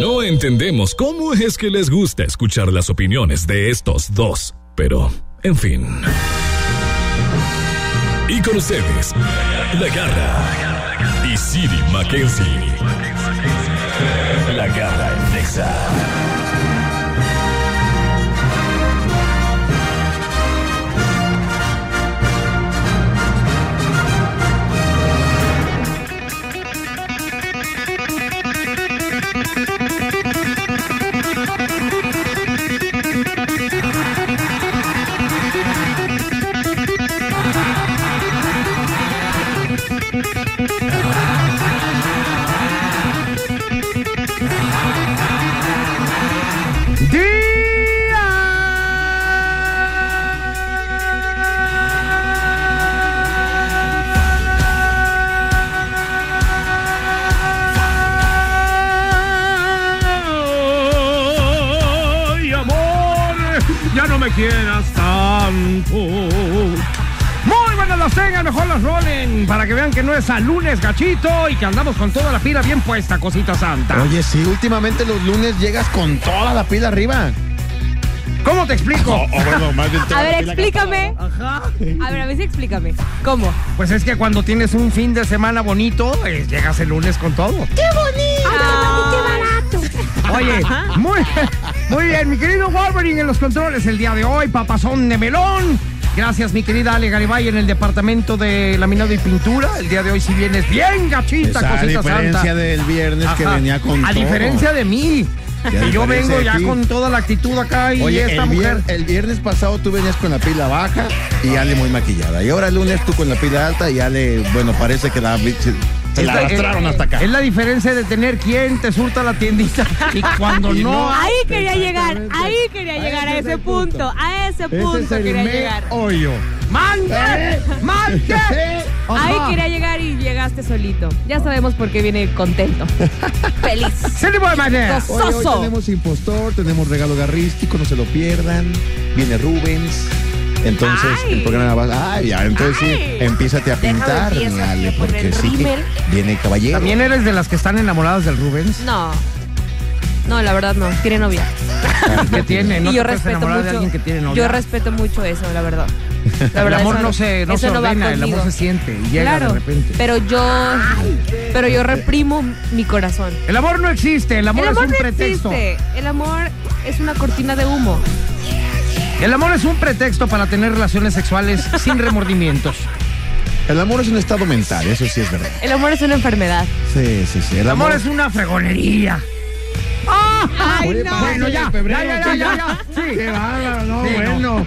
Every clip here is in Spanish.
No entendemos cómo es que les gusta escuchar las opiniones de estos dos, pero, en fin. Y con ustedes, La Garra y Siri Mackenzie. La Garra en Texas. quieras tanto. Muy buenas las tengan, mejor las rolen, para que vean que no es a lunes gachito y que andamos con toda la pila bien puesta, cosita santa. Oye, sí, últimamente los lunes llegas con toda la pila arriba. ¿Cómo te explico? Oh, oh, bueno, más bien a ver, explícame. Ajá. A ver, a ver si explícame. ¿Cómo? Pues es que cuando tienes un fin de semana bonito, eh, llegas el lunes con todo. ¡Qué bonito! Ay, Ah. qué barato! Oye, Ajá. muy... Muy bien, mi querido Wolverine en los controles el día de hoy, papazón de melón. Gracias, mi querida Ale Garibay en el departamento de laminado y pintura. El día de hoy si vienes bien gachita, Esa, cosita santa. A diferencia santa. del viernes Ajá. que venía con A diferencia todo. de mí. Y yo vengo ya con toda la actitud acá y Oye, esta el mujer. el viernes pasado tú venías con la pila baja y Ale muy maquillada. Y ahora el lunes tú con la pila alta y Ale, bueno, parece que la se la arrastraron es, hasta acá. Es la diferencia de tener quien te surta la tiendita y cuando y no, no. Ahí quería llegar, ahí quería a llegar a ese punto, punto, a ese punto ese es quería llegar. Hoyo. ¡Mande! ¡Mande! Oh, Ahí quería llegar y llegaste solito. Ya sabemos por qué viene contento. Feliz. ¡Se le manera! Hoy, hoy tenemos impostor, tenemos regalo garrístico, no se lo pierdan. Viene Rubens. Entonces ay. el programa va. Ah, ya, entonces ay. sí, empiézate a pintar, empieza, dale, porque sí que viene el caballero. ¿También eres de las que están enamoradas del Rubens? No. No, la verdad no. Tiene novia. Ah, ¿Qué tiene? ¿No y yo respeto mucho. Que tiene novia? Yo respeto mucho eso, la verdad. La verdad el amor no se, no se ordena, no el amor se siente y llega claro, de repente. Pero yo, pero yo reprimo mi corazón. El amor no existe, el amor, el amor es un no pretexto. Existe. El amor es una cortina de humo. El amor es un pretexto para tener relaciones sexuales sin remordimientos. El amor es un estado mental, eso sí es verdad. El amor es una enfermedad. Sí, sí, sí. El, amor... El amor es una fregonería. ¡Oh! Ay, Oye, no. Bueno, ya, febrero, ya, ya, ya, ya, Sí. Qué bárbaro, no, sí, bueno. No.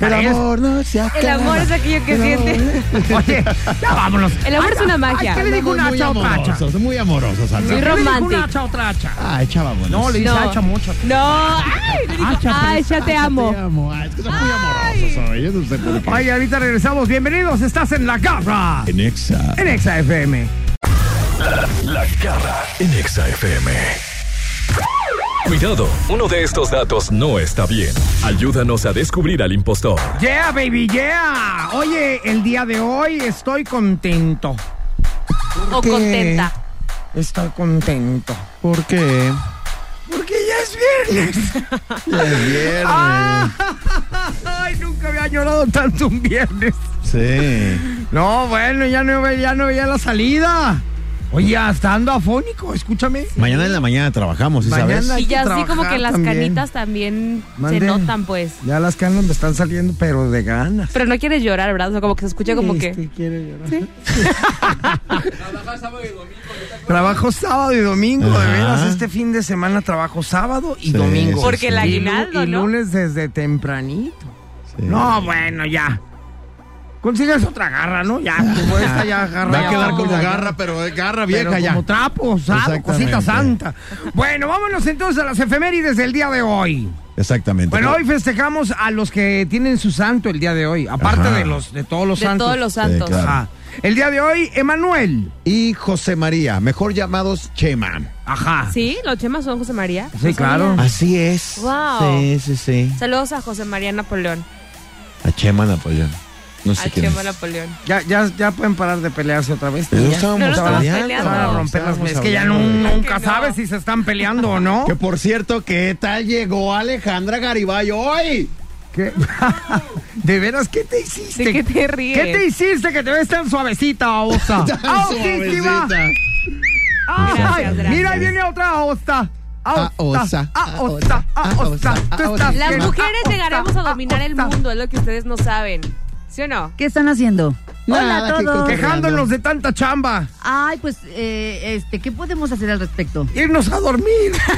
El amor no se acaba. El amor es aquello que no. siente. Oye, ya vámonos. El amor ay, es una magia. Ay, ¿Qué le dijo una hacha Muy amorosos, muy amorosos. Ah, Muy sí, romántico. una hacha otra hacha? Ay, chava, bueno. No, le dice hacha mucho. No, ay, le dijo, hacha, ay, Ah, ya te amo. Te amo. Ay, es que son muy amorosos hoy. Yo no sé por qué. Ay, ahorita regresamos. Bienvenidos, estás en La Garra. En Exa. En Exa FM. La, la Garra en Exa FM. Cuidado, uno de estos datos no está bien. Ayúdanos a descubrir al impostor. Yeah, baby, yeah. Oye, el día de hoy estoy contento. ¿O contenta? Estoy contento. ¿Por qué? Porque ya es viernes. ya es viernes. Ah, ay, nunca había llorado tanto un viernes. Sí. No, bueno, ya no, ya no veía la salida. Oye, hasta ando afónico, escúchame. Mañana en la mañana trabajamos, ¿sí mañana ¿sabes? Y ya así como que las también. canitas también Mande. se notan, pues. Ya las canas me están saliendo, pero de ganas. Pero no quieres llorar, ¿verdad? O sea, como que se escucha como este que... quiere llorar. ¿Sí? trabajo sábado y domingo. ¿no trabajo sábado y domingo, Ajá. de veras. Este fin de semana trabajo sábado y sí, domingo. Porque el aguinaldo, y, Y ¿no? lunes desde tempranito. No, bueno, ya consigues otra garra, ¿no? Ya, como pues, esta ya garra. Va ya a quedar como garra, garra, pero eh, garra vieja pero ya. Como trapo, sapo, cosita santa. Bueno, vámonos entonces a las efemérides del día de hoy. Exactamente. Bueno, hoy festejamos a los que tienen su santo el día de hoy, aparte Ajá. de los de todos los de santos. todos los santos. Sí, claro. Ajá. El día de hoy, Emanuel. Y José María, mejor llamados Chema. Ajá. Sí, los Chemas son José María. Sí, José claro. María. Así es. Wow. Sí, sí, sí. Saludos a José María Napoleón. A Chema Napoleón. No sé al quién Chema es. Napoleón. Ya, ya, ya pueden parar de pelearse otra vez. Pero Ya. estábamos No, no estamos peleando. peleando. Van a romper las Estábamos Es que ya hablando de- nu- nunca Que no. sabes si se están peleando o no. Que por cierto, ¿qué tal llegó Alejandra Garibay hoy? ¿Qué? ¿De veras qué te hiciste? ¿De qué te ríes? ¿Qué te hiciste que te ves tan suavecita, Ah, Osta? ¡Ausísima! Suavecita. ¡Ay! Gracias, gracias. Mira, ahí viene otra Osta. Aosta, Aosta, aosta, Aosta. Tú estás Las bien. mujeres Aosta, llegaremos a dominar el aosta. mundo, es lo que ustedes no saben. ¿Sí o no? ¿Qué están haciendo? Nada, Hola a que todos. coqueja- Quejándonos de tanta chamba. Ay, pues, eh, este, ¿qué podemos hacer al respecto? Irnos a dormir.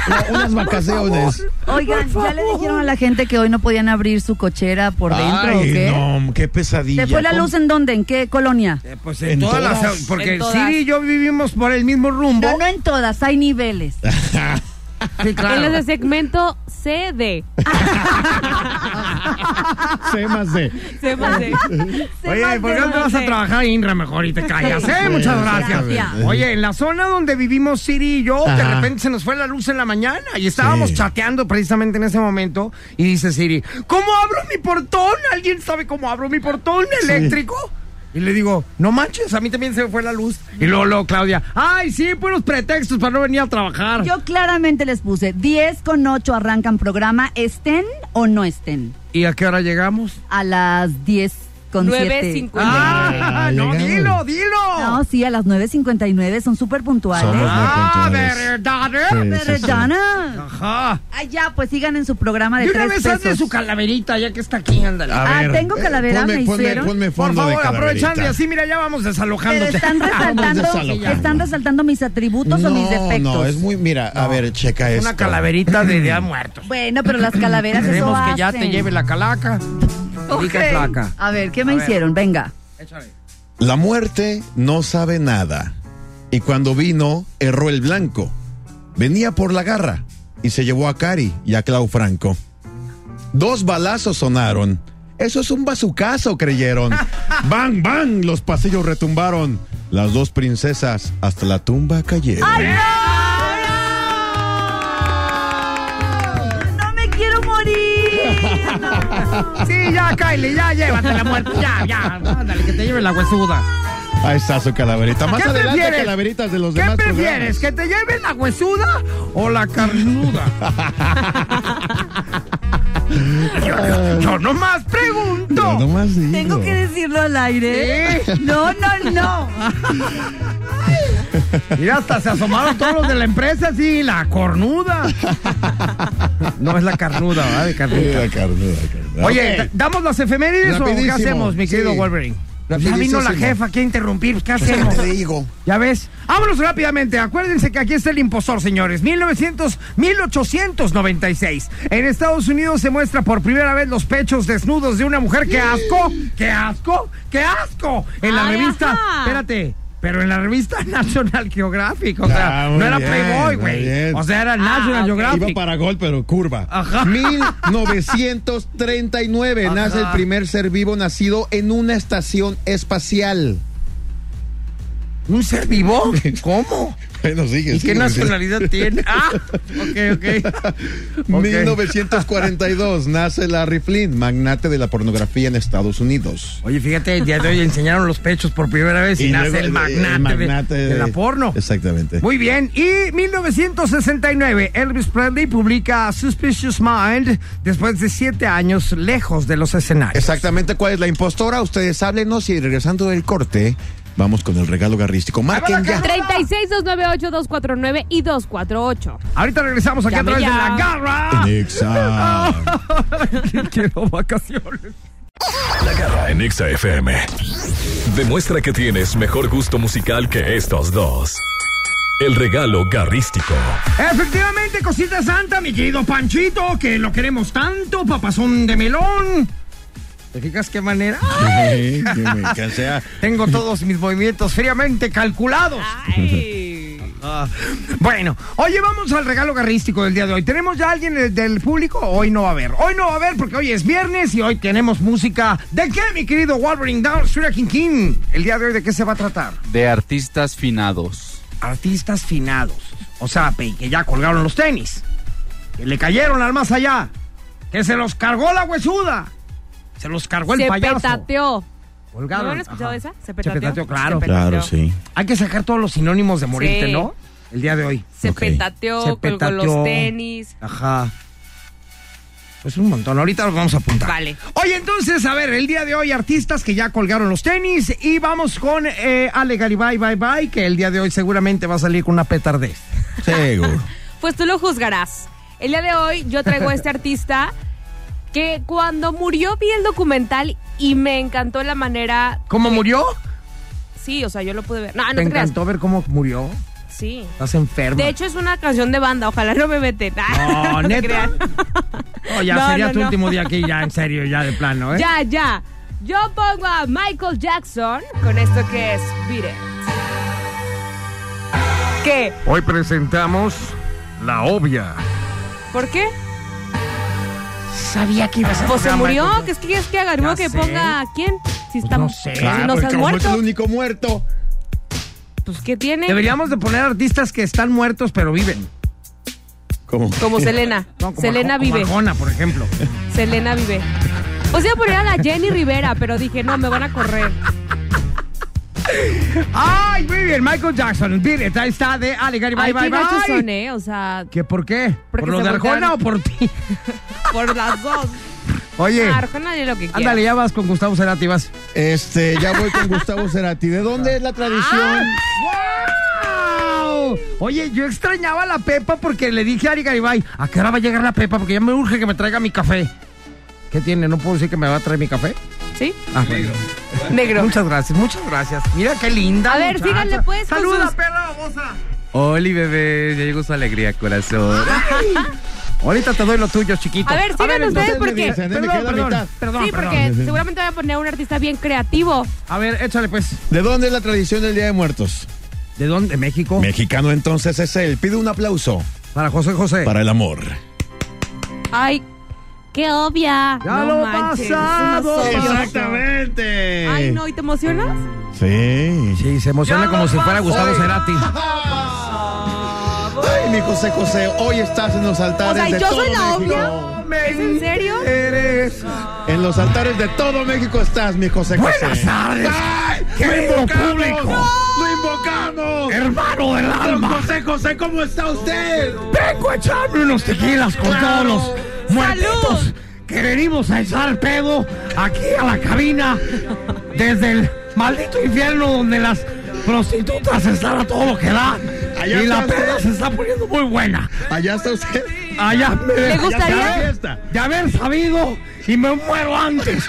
No, Unas vacaciones. Oigan, ¿ya le dijeron a la gente que hoy no podían abrir su cochera por dentro o Ay, qué? no, qué pesadilla. ¿Se fue la ¿Cómo? luz en dónde? ¿En qué colonia? Eh, pues En todas. porque En todas. Siri y yo vivimos por el mismo rumbo. No, no en todas, hay niveles. Sí, En claro. los de segmento CD. C más D. Se pase. Oye, ¿por qué no te vas a trabajar, Indra, mejor y te callas? ¿eh? Muchas gracias. Gracias. Oye, en la zona donde vivimos Siri y yo, de Ajá. repente se nos fue la luz en la mañana y estábamos Sí. chateando precisamente en ese momento y dice Siri, ¿cómo abro mi portón? ¿Alguien sabe cómo abro mi portón eléctrico? Y le digo, no manches, a mí también se me fue la luz. Y luego, luego, Claudia, ay, sí, puros pretextos para no venir a trabajar. Yo claramente les puse 10 con 8 arrancan programa, estén o no estén. ¿Y a qué hora llegamos? A las 10 con 7. 9.50. Ah, Ah, no, dilo, llegamos. dilo. No, sí, a las 9.59 son súper puntuales. Somos ah, muy puntuales. verdad, ¿eh? pues, Sí, sí, sí. Verdana. Ajá. Ay, ya, pues sigan en su programa de De una tres vez hazle pesos. su calaverita, ya que está aquí, ándale. A Ah, ver, tengo calavera, eh, ponme, me ponme- hicieron. ponme Por fondo de favor, calaverita. aprovechando y así, mira, ya vamos Pero desalojándote. están resaltando, desalojando. están resaltando mis atributos o mis defectos. No, es muy. Mira, a ver, checa esto. Una calaverita de día muertos. Bueno, pero las calaveras eso Queremos que ya hacen. te lleve la calaca. Ok. Rica placa. A ver, ¿qué me hicieron? Venga. Échale. La muerte no sabe nada. Y cuando vino, erró el blanco. Venía por la garra y se llevó a Cari y a Clau Franco. Dos balazos sonaron. Eso es un bazucazo, creyeron. ¡Bang, bang! Los pasillos retumbaron. Las dos princesas hasta la tumba cayeron. ¡No me quiero morir! Sí, ya, Kylie, ya llévate la muerte. Ya, ya. Ándale, que te lleve la huesuda. Ahí está su calaverita. Más ¿Qué adelante, prefieres? calaveritas de los ¿Qué demás. prefieres? programas. ¿Que te lleve la huesuda o la carnuda? yo, yo- yo nomás pregunto. Yo nomás digo. ¿Tengo que decirlo al aire? Sí. No, no, no. Mira, hasta se asomaron todos los de la empresa, sí, la cornuda. No es la carnuda, ¿verdad? De Sí, carnita. la carnuda, la carnuda. Oye, ¿d- ¿damos las efemérides o qué Rapidísimo, hacemos, mi querido sí. Wolverine? Ya vino la Rapidísimo. jefa aquí a interrumpir, ¿qué hacemos? Te digo. ¿Ya ves? Vámonos rápidamente. Acuérdense que aquí está el impostor, señores. 1900, 1896. En Estados Unidos se muestra por primera vez los pechos desnudos de una mujer. ¡Qué asco! ¡Qué asco! ¡Qué asco! En la Ay, revista. ajá. Espérate. Pero en la revista National Geographic, o sea, Ah, muy no era bien, Playboy, muy güey. bien. O sea, era Ah, ok. National Iba Geographic. para gol, pero curva. Ajá. 1939 Ajá. nace el primer ser vivo nacido en una estación espacial. ¿Un ser vivo? ¿Cómo? Bueno, ¿Y sigue. qué sigue. nacionalidad tiene? Ah, ok, ok. Ok. 1942 nace Larry Flynn, magnate de la pornografía en Estados Unidos. Oye, fíjate, el día de hoy enseñaron los pechos por primera vez y, nace luego, el magnate, de- de, la porno. Exactamente. Muy bien, y 1969, Elvis Presley publica Suspicious Mind después de siete años lejos de los escenarios. Exactamente cuál es la impostora. Ustedes háblenos y regresando del corte, vamos con el regalo garrístico. Marquen ya. 36 298 249 y 248. Ahorita regresamos aquí Llame a través de la ya. garra. Exacto. Quiero vacaciones. La garra en Exa FM. Demuestra que tienes mejor gusto musical que estos dos. El regalo garrístico. Efectivamente, cosita santa, mi querido Panchito, que lo queremos tanto, papazón de melón. ¿Te fijas qué manera? Sí, que me- que sea. Tengo todos mis movimientos fríamente calculados. Ay. Ah, Bueno, oye, vamos al regalo garrístico del día de hoy. ¿Tenemos ya alguien del, del público? Hoy no va a haber. Hoy no va a haber porque hoy es viernes y hoy tenemos música. ¿De qué, mi querido Wolverine Down, King King? El día de hoy, ¿de qué se va a tratar? de artistas finados. Artistas finados. O sea, pe- que ya colgaron los tenis. Que le cayeron al más allá. Que se los cargó la huesuda. Se los cargó el Se payaso. petateó. Colgaron. ¿No han escuchado Ajá. esa? Se ¿Se petateó? petateó? claro. Se petateó. Claro, sí. Hay que sacar todos los sinónimos de morirte, Sí. ¿no? El día de hoy. Se Ok. petateó, Se colgó petateó. los tenis. Ajá. Pues un montón. Ahorita los vamos a apuntar. Vale. Oye, entonces, a ver, el día de hoy artistas que ya colgaron los tenis y vamos con eh, Ale Garibay Bye Bye, que el día de hoy seguramente va a salir con una petardez. Seguro. Pues tú lo juzgarás. El día de hoy yo traigo a este artista que cuando murió vi el documental y me encantó la manera. ¿Cómo murió? Sí, o sea, yo lo pude ver. No, Ah, no Te te, creas. encantó ver cómo murió. Sí. Estás enfermo. De hecho, es una canción de banda. Ojalá no me meten. No, No, te ¿neta? creas. ya No, sería no, tu no. último día aquí, ya en serio, ya de plano, ¿eh? Ya, ya. Yo pongo a Michael Jackson con esto que es Beat It. ¿Qué? Hoy presentamos la obvia. ¿Por qué? Sabía que ibas a Pues se poner a murió. Michael ¿Qué es que quieres que haga? Ya sé. que Pues ponga a quién? Si está, no sé. si Claro, no se porque han como es el muerto. único muerto. Pues ¿qué tiene? Deberíamos de poner artistas que están muertos pero viven. ¿Cómo? Como Selena. No, como Selena Arjo- como vive. Arjona, por ejemplo. Selena vive. O sea, poner a la Jenny Rivera, pero dije, no, me van a correr. Ay, muy bien, Michael Jackson. Beat It, ahí está de Ale Gary, bye, Ay, bye, qué bye. gachos son, ¿eh? O sea, ¿Qué por qué? Porque ¿Por lo se de Arjona voltearon. o por ti? por las dos. Oye, Arjona de Ah, lo que quiera. ándale, ya vas con Gustavo Cerati, vas. Este, ya voy con Gustavo Cerati. ¿De dónde Ah. es la tradición? ¡Wow! Oye, yo extrañaba a la Pepa porque le dije a Ari Garibay, ¿a qué hora va a llegar la Pepa? Porque ya me urge que me traiga mi café. ¿Qué tiene? ¿No puedo decir que me va a traer mi café? ¿Sí? Ah, bueno. Negro. Muchas gracias, muchas gracias. Mira qué linda. A ver, muchacha. síganle, pues, con Saluda, sus- perra babosa. Oli, bebé, ya llegó su alegría, corazón. Ahorita te doy lo tuyo, chiquito. A ver, sigan ustedes entonces me porque- dicen, ¿eh? Me Perdón, quedé a la perdón, mitad. Perdón, sí, perdón. porque seguramente voy a poner a un artista bien creativo. A ver, échale pues. ¿De dónde es la tradición del Día de Muertos? ¿De dónde? ¿México? Mexicano entonces es él. Pide un aplauso Para José José. para el amor. Ay, qué obvia. Ya no lo manches, es más pasado. obvio. Exactamente. Ay, no, ¿y te emocionas? Sí. Sí, se emociona como si fuera Gustavo Cerati. Ah. Ay, mi José José, hoy estás en los altares O sea, de ¿yo todo soy la México. ¿Es en serio? Eres. En los altares de todo México estás, mi José Buenas José. tardes. ¡Lo ¡Querido invocamos! público! ¡Lo invocamos! Hermano del Don alma. José José, ¿cómo está usted? Vengo a echarme unos tequilas con Claro. todos los muertitos que venimos a echar el pedo aquí a la cabina desde el maldito infierno donde las prostitutas están a todo lo que da Allá y la está peda usted. se está poniendo muy buena. Allá está usted. ¿Eh? Allá me ¿Le deja gustaría? de haber- de haber sabido y me muero antes.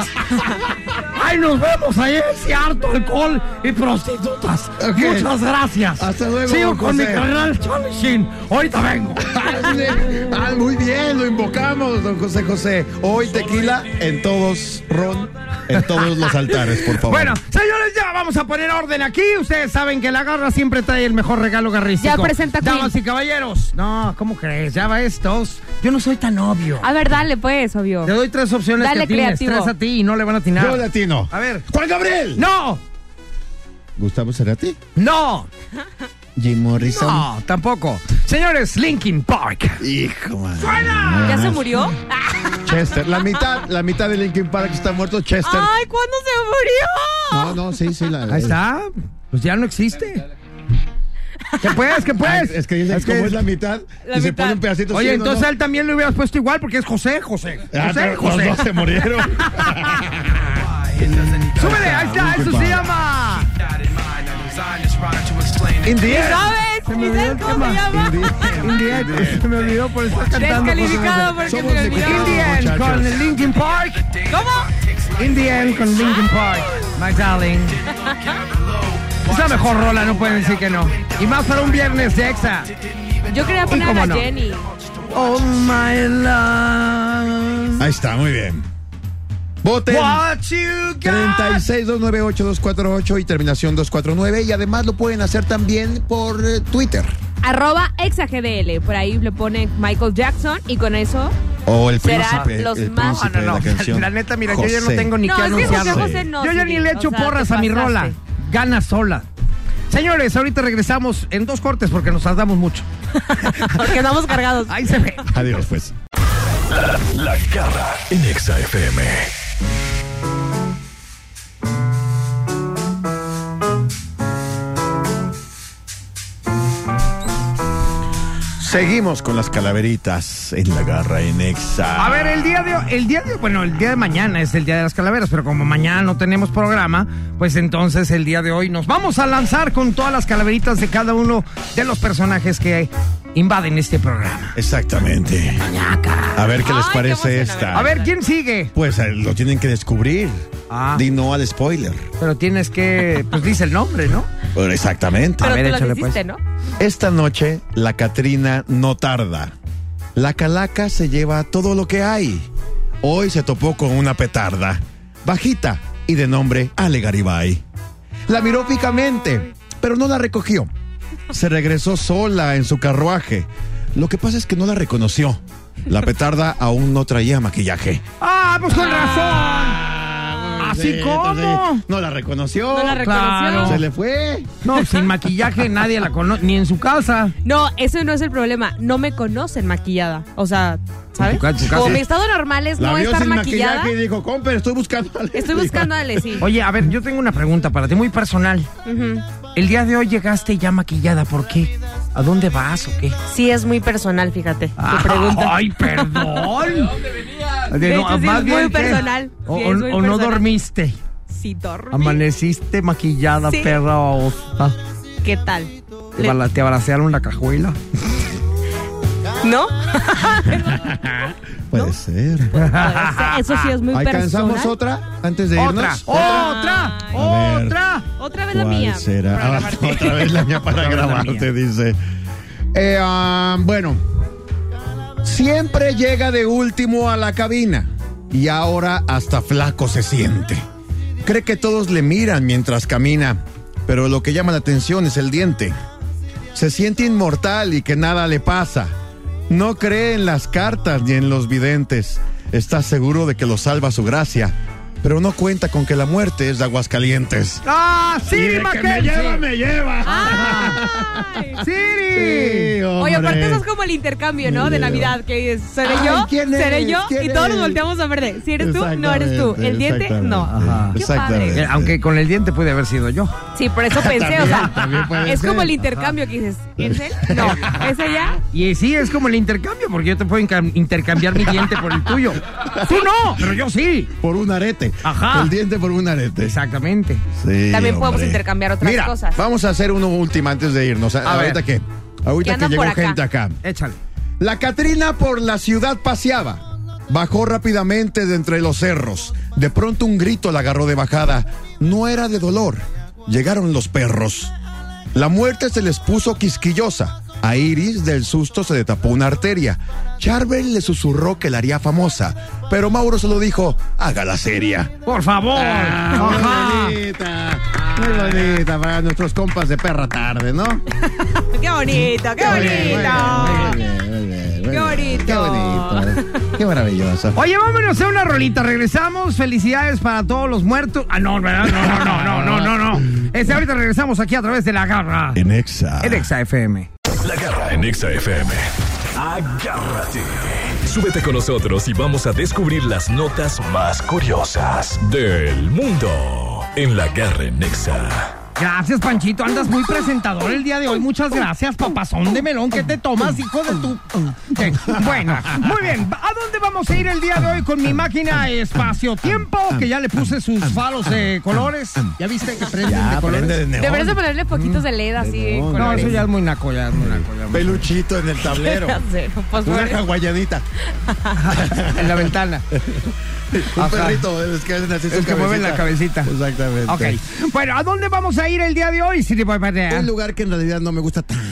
Ahí nos vemos ahí ese harto alcohol y prostitutas. Ok. Muchas gracias. Hasta luego, Sigo don con mi José. carnal Charlie Sheen. Ahorita vengo. Hazle. Ah, muy bien, lo invocamos, don José José. Hoy tequila en todos, ron, en todos los altares, por favor. Bueno, señores, ya vamos a poner orden aquí. Ustedes saben que la garra siempre trae el mejor regalo garrístico. Ya presenta Queen. Damas y caballeros. No, ¿cómo crees? Ya va estos. Yo no soy tan obvio. A ver, dale, pues, obvio. Te doy tres opciones Dale, que atines. creativo. Tres a ti y no le van a atinar. yo latino. A ver. Juan Gabriel. ¡No! Gustavo Cerati. ¡No! Jim Morrison. No, tampoco. Señores, Linkin Park. Hijo, man. ¿Ya se murió? Chester. La mitad, la mitad de Linkin Park está muerto. Chester. Ay, ¿cuándo se murió? No, no, sí, sí. La, Ahí está. Pues ya no existe. ¿Qué puedes? ¿Qué Ah, puedes? es que dicen que como es la mitad, La y se mitad. pone un pedacito. Oye, así, ¿no? entonces a él también le hubieras puesto igual porque es José, José. Ah, José, pero José. Los dos se murieron. Súbele, ahí está, eso se llama. In the end. ¿Sabes? Se me olvidó ¿Sabes el cómo se tema. llama? India, Ah, se me olvidó por estar cantando. Descalificado porque se Somos me de Colombia. olvidó. Indian Muchachos. con el Linkin Park. ¿Cómo? Indian con Linkin Park. My darling. Es la mejor rola, no pueden decir que no. Y más para un viernes de exa. Yo quería poner cómo a la no? Jenny. Oh my love. Ahí está, muy bien. Voten. What you got. 36298248 y terminación 249. Y además lo pueden hacer también por eh, Twitter. Arroba exagdl. Por ahí le pone Michael Jackson y con eso. O el Serán príncipe. los el más- príncipe No, de la canción. la neta, mira, yo ya no José. tengo ni No, que es que anunciar. José José no. yo ya ni le Siri, echo o sea, porras te a mi pasaste. rola. Gana sola. Señores, ahorita regresamos en dos cortes porque nos tardamos mucho. Porque andamos cargados. Ahí se ve. Adiós, pues. La garra en Exa FM. Seguimos con las calaveritas en la garra en Exa. A ver, el día de el día de bueno, el día de mañana es el día de las calaveras, pero como mañana no tenemos programa, pues entonces el día de hoy nos vamos a lanzar con todas las calaveritas de cada uno de los personajes que invaden este programa. Exactamente. A ver qué les Ay, qué parece emoción, esta. A ver quién sigue. Pues eh, lo tienen que descubrir. Ah. Di no al spoiler. Pero tienes que pues dice el nombre, ¿no? Bueno, exactamente. Pero ver, tú las échale, hiciste, pues. ¿no? Esta noche la Catrina no tarda. La calaca se lleva todo lo que hay. Hoy se topó con una petarda, bajita y de nombre Ale Garibay. La miró fijamente, pero no la recogió. Se regresó sola en su carruaje. Lo que pasa es que no la reconoció. La petarda aún no traía maquillaje. Ah, pues con razón. Ah, ¿Así como? No la reconoció. Ah, No la Claro. reconoció. Se le fue. No, sin maquillaje nadie la conoce, ni en su casa. No, ese no es el problema. No me conocen maquillada. O sea, ¿sabes? En tu ca- en tu casa. Como mi estado normal es La no vio estar sin maquillada. maquillaje y dijo, compa, estoy buscando a Ale". Estoy buscando a Ale, sí. Oye, a ver, yo tengo una pregunta para ti muy personal. Ujú. El día de hoy llegaste ya maquillada, ¿por qué? ¿A dónde vas o qué? Sí, es muy personal, fíjate. Ah. Tu pregunta. Ay, perdón. De hecho, sí, es muy ¿qué? personal. Sí, O, es o- muy o no personal. dormiste. Sí, dormí. Amaneciste maquillada, Sí. perra osta. ¿Qué tal? Te, Le- bala- te abracearon la cajuela. ¿No? Puede ser. Eso sí es muy ¿Alcanzamos personal. otra antes de Otra, irnos? otra, A ver. otra. Otra vez la mía. ¿Cuál será? Para Ah, grabarte. otra vez la mía para Otra vez la grabarte, dice. Eh, ah, bueno, siempre llega de último a la cabina y ahora hasta flaco se siente. Cree que todos le miran mientras camina, pero lo que llama la atención es el diente. Se siente inmortal y que nada le pasa. No cree en las cartas ni en los videntes. Está seguro de que lo salva su gracia, pero no cuenta con que la muerte es de Aguascalientes. Ah, Siri Mackenzie. lleva. Ay. Siri. Oye, aparte eso es como el intercambio, ¿no? De Navidad, que es, seré Ay, yo, ¿quién seré eres? yo, y ¿quién todos nos eres? volteamos a ver de, si eres tú, no eres tú, el diente, no. Ajá. Qué Exactamente. padre. Eh, Aunque con el diente pude haber sido yo. Sí, por eso pensé, o sea, también puede es ser. como el intercambio que dices, ¿es él? No, ¿es ella? Y sí, es como el intercambio, porque yo te puedo incam- intercambiar mi diente por el tuyo. Tú no, pero yo sí. Por un arete. Ajá. El diente por un arete. Exactamente. Sí, También podemos hombre. intercambiar otras Mira, cosas. Vamos a hacer uno último antes de irnos. A Ahorita que, Que ahorita que andan llegó por acá. gente acá. Échale. La Catrina por la ciudad paseaba. Bajó rápidamente de entre los cerros. De pronto un grito la agarró de bajada. No era de dolor. Llegaron los perros. La muerte se les puso quisquillosa. A Iris del susto se le tapó una arteria. Charvel le susurró que la haría famosa, pero Mauro se lo dijo, hágala seria. Por favor. Ajá. Muy bonita, muy bonita para nuestros compas de perra tarde, ¿no? ¡Qué bonito, qué Muy bonito! bien, muy bien, muy bien. Qué bonito. Qué bonito. Qué maravilloso. Oye, vámonos a una rolita. Regresamos. Felicidades para todos los muertos. Ah, no, ¿verdad? no, no, no, no, no, no, no. Este, ahorita regresamos aquí a través de la garra. En Exa. En Exa FM. La garra en Exa FM. Agárrate. Súbete con nosotros y vamos a descubrir las notas más curiosas del mundo en la garra en Exa. Gracias, Panchito. Andas muy presentador el día de hoy. Muchas gracias, papazón de melón. ¿Qué te tomas, hijo de tu...? Sí. Bueno, muy bien. ¿A dónde vamos a ir el día de hoy con mi máquina espacio-tiempo? Que ya le puse sus faros de colores. ¿Ya viste que prenden de Prende colores? de neón. Deberías de ponerle poquitos de LED así. con No, eso ya es muy naco, ya es muy naco. ya es muy Peluchito en el tablero. Cero, pues, Una bueno. hawaianita. naco. En la ventana. Un Ajá. perrito de los que hacen así su El que mueve la cabecita. Exactamente. Ok. Bueno, ¿a dónde vamos a ir el día de hoy, Siri Un lugar que en realidad no me gusta tanto.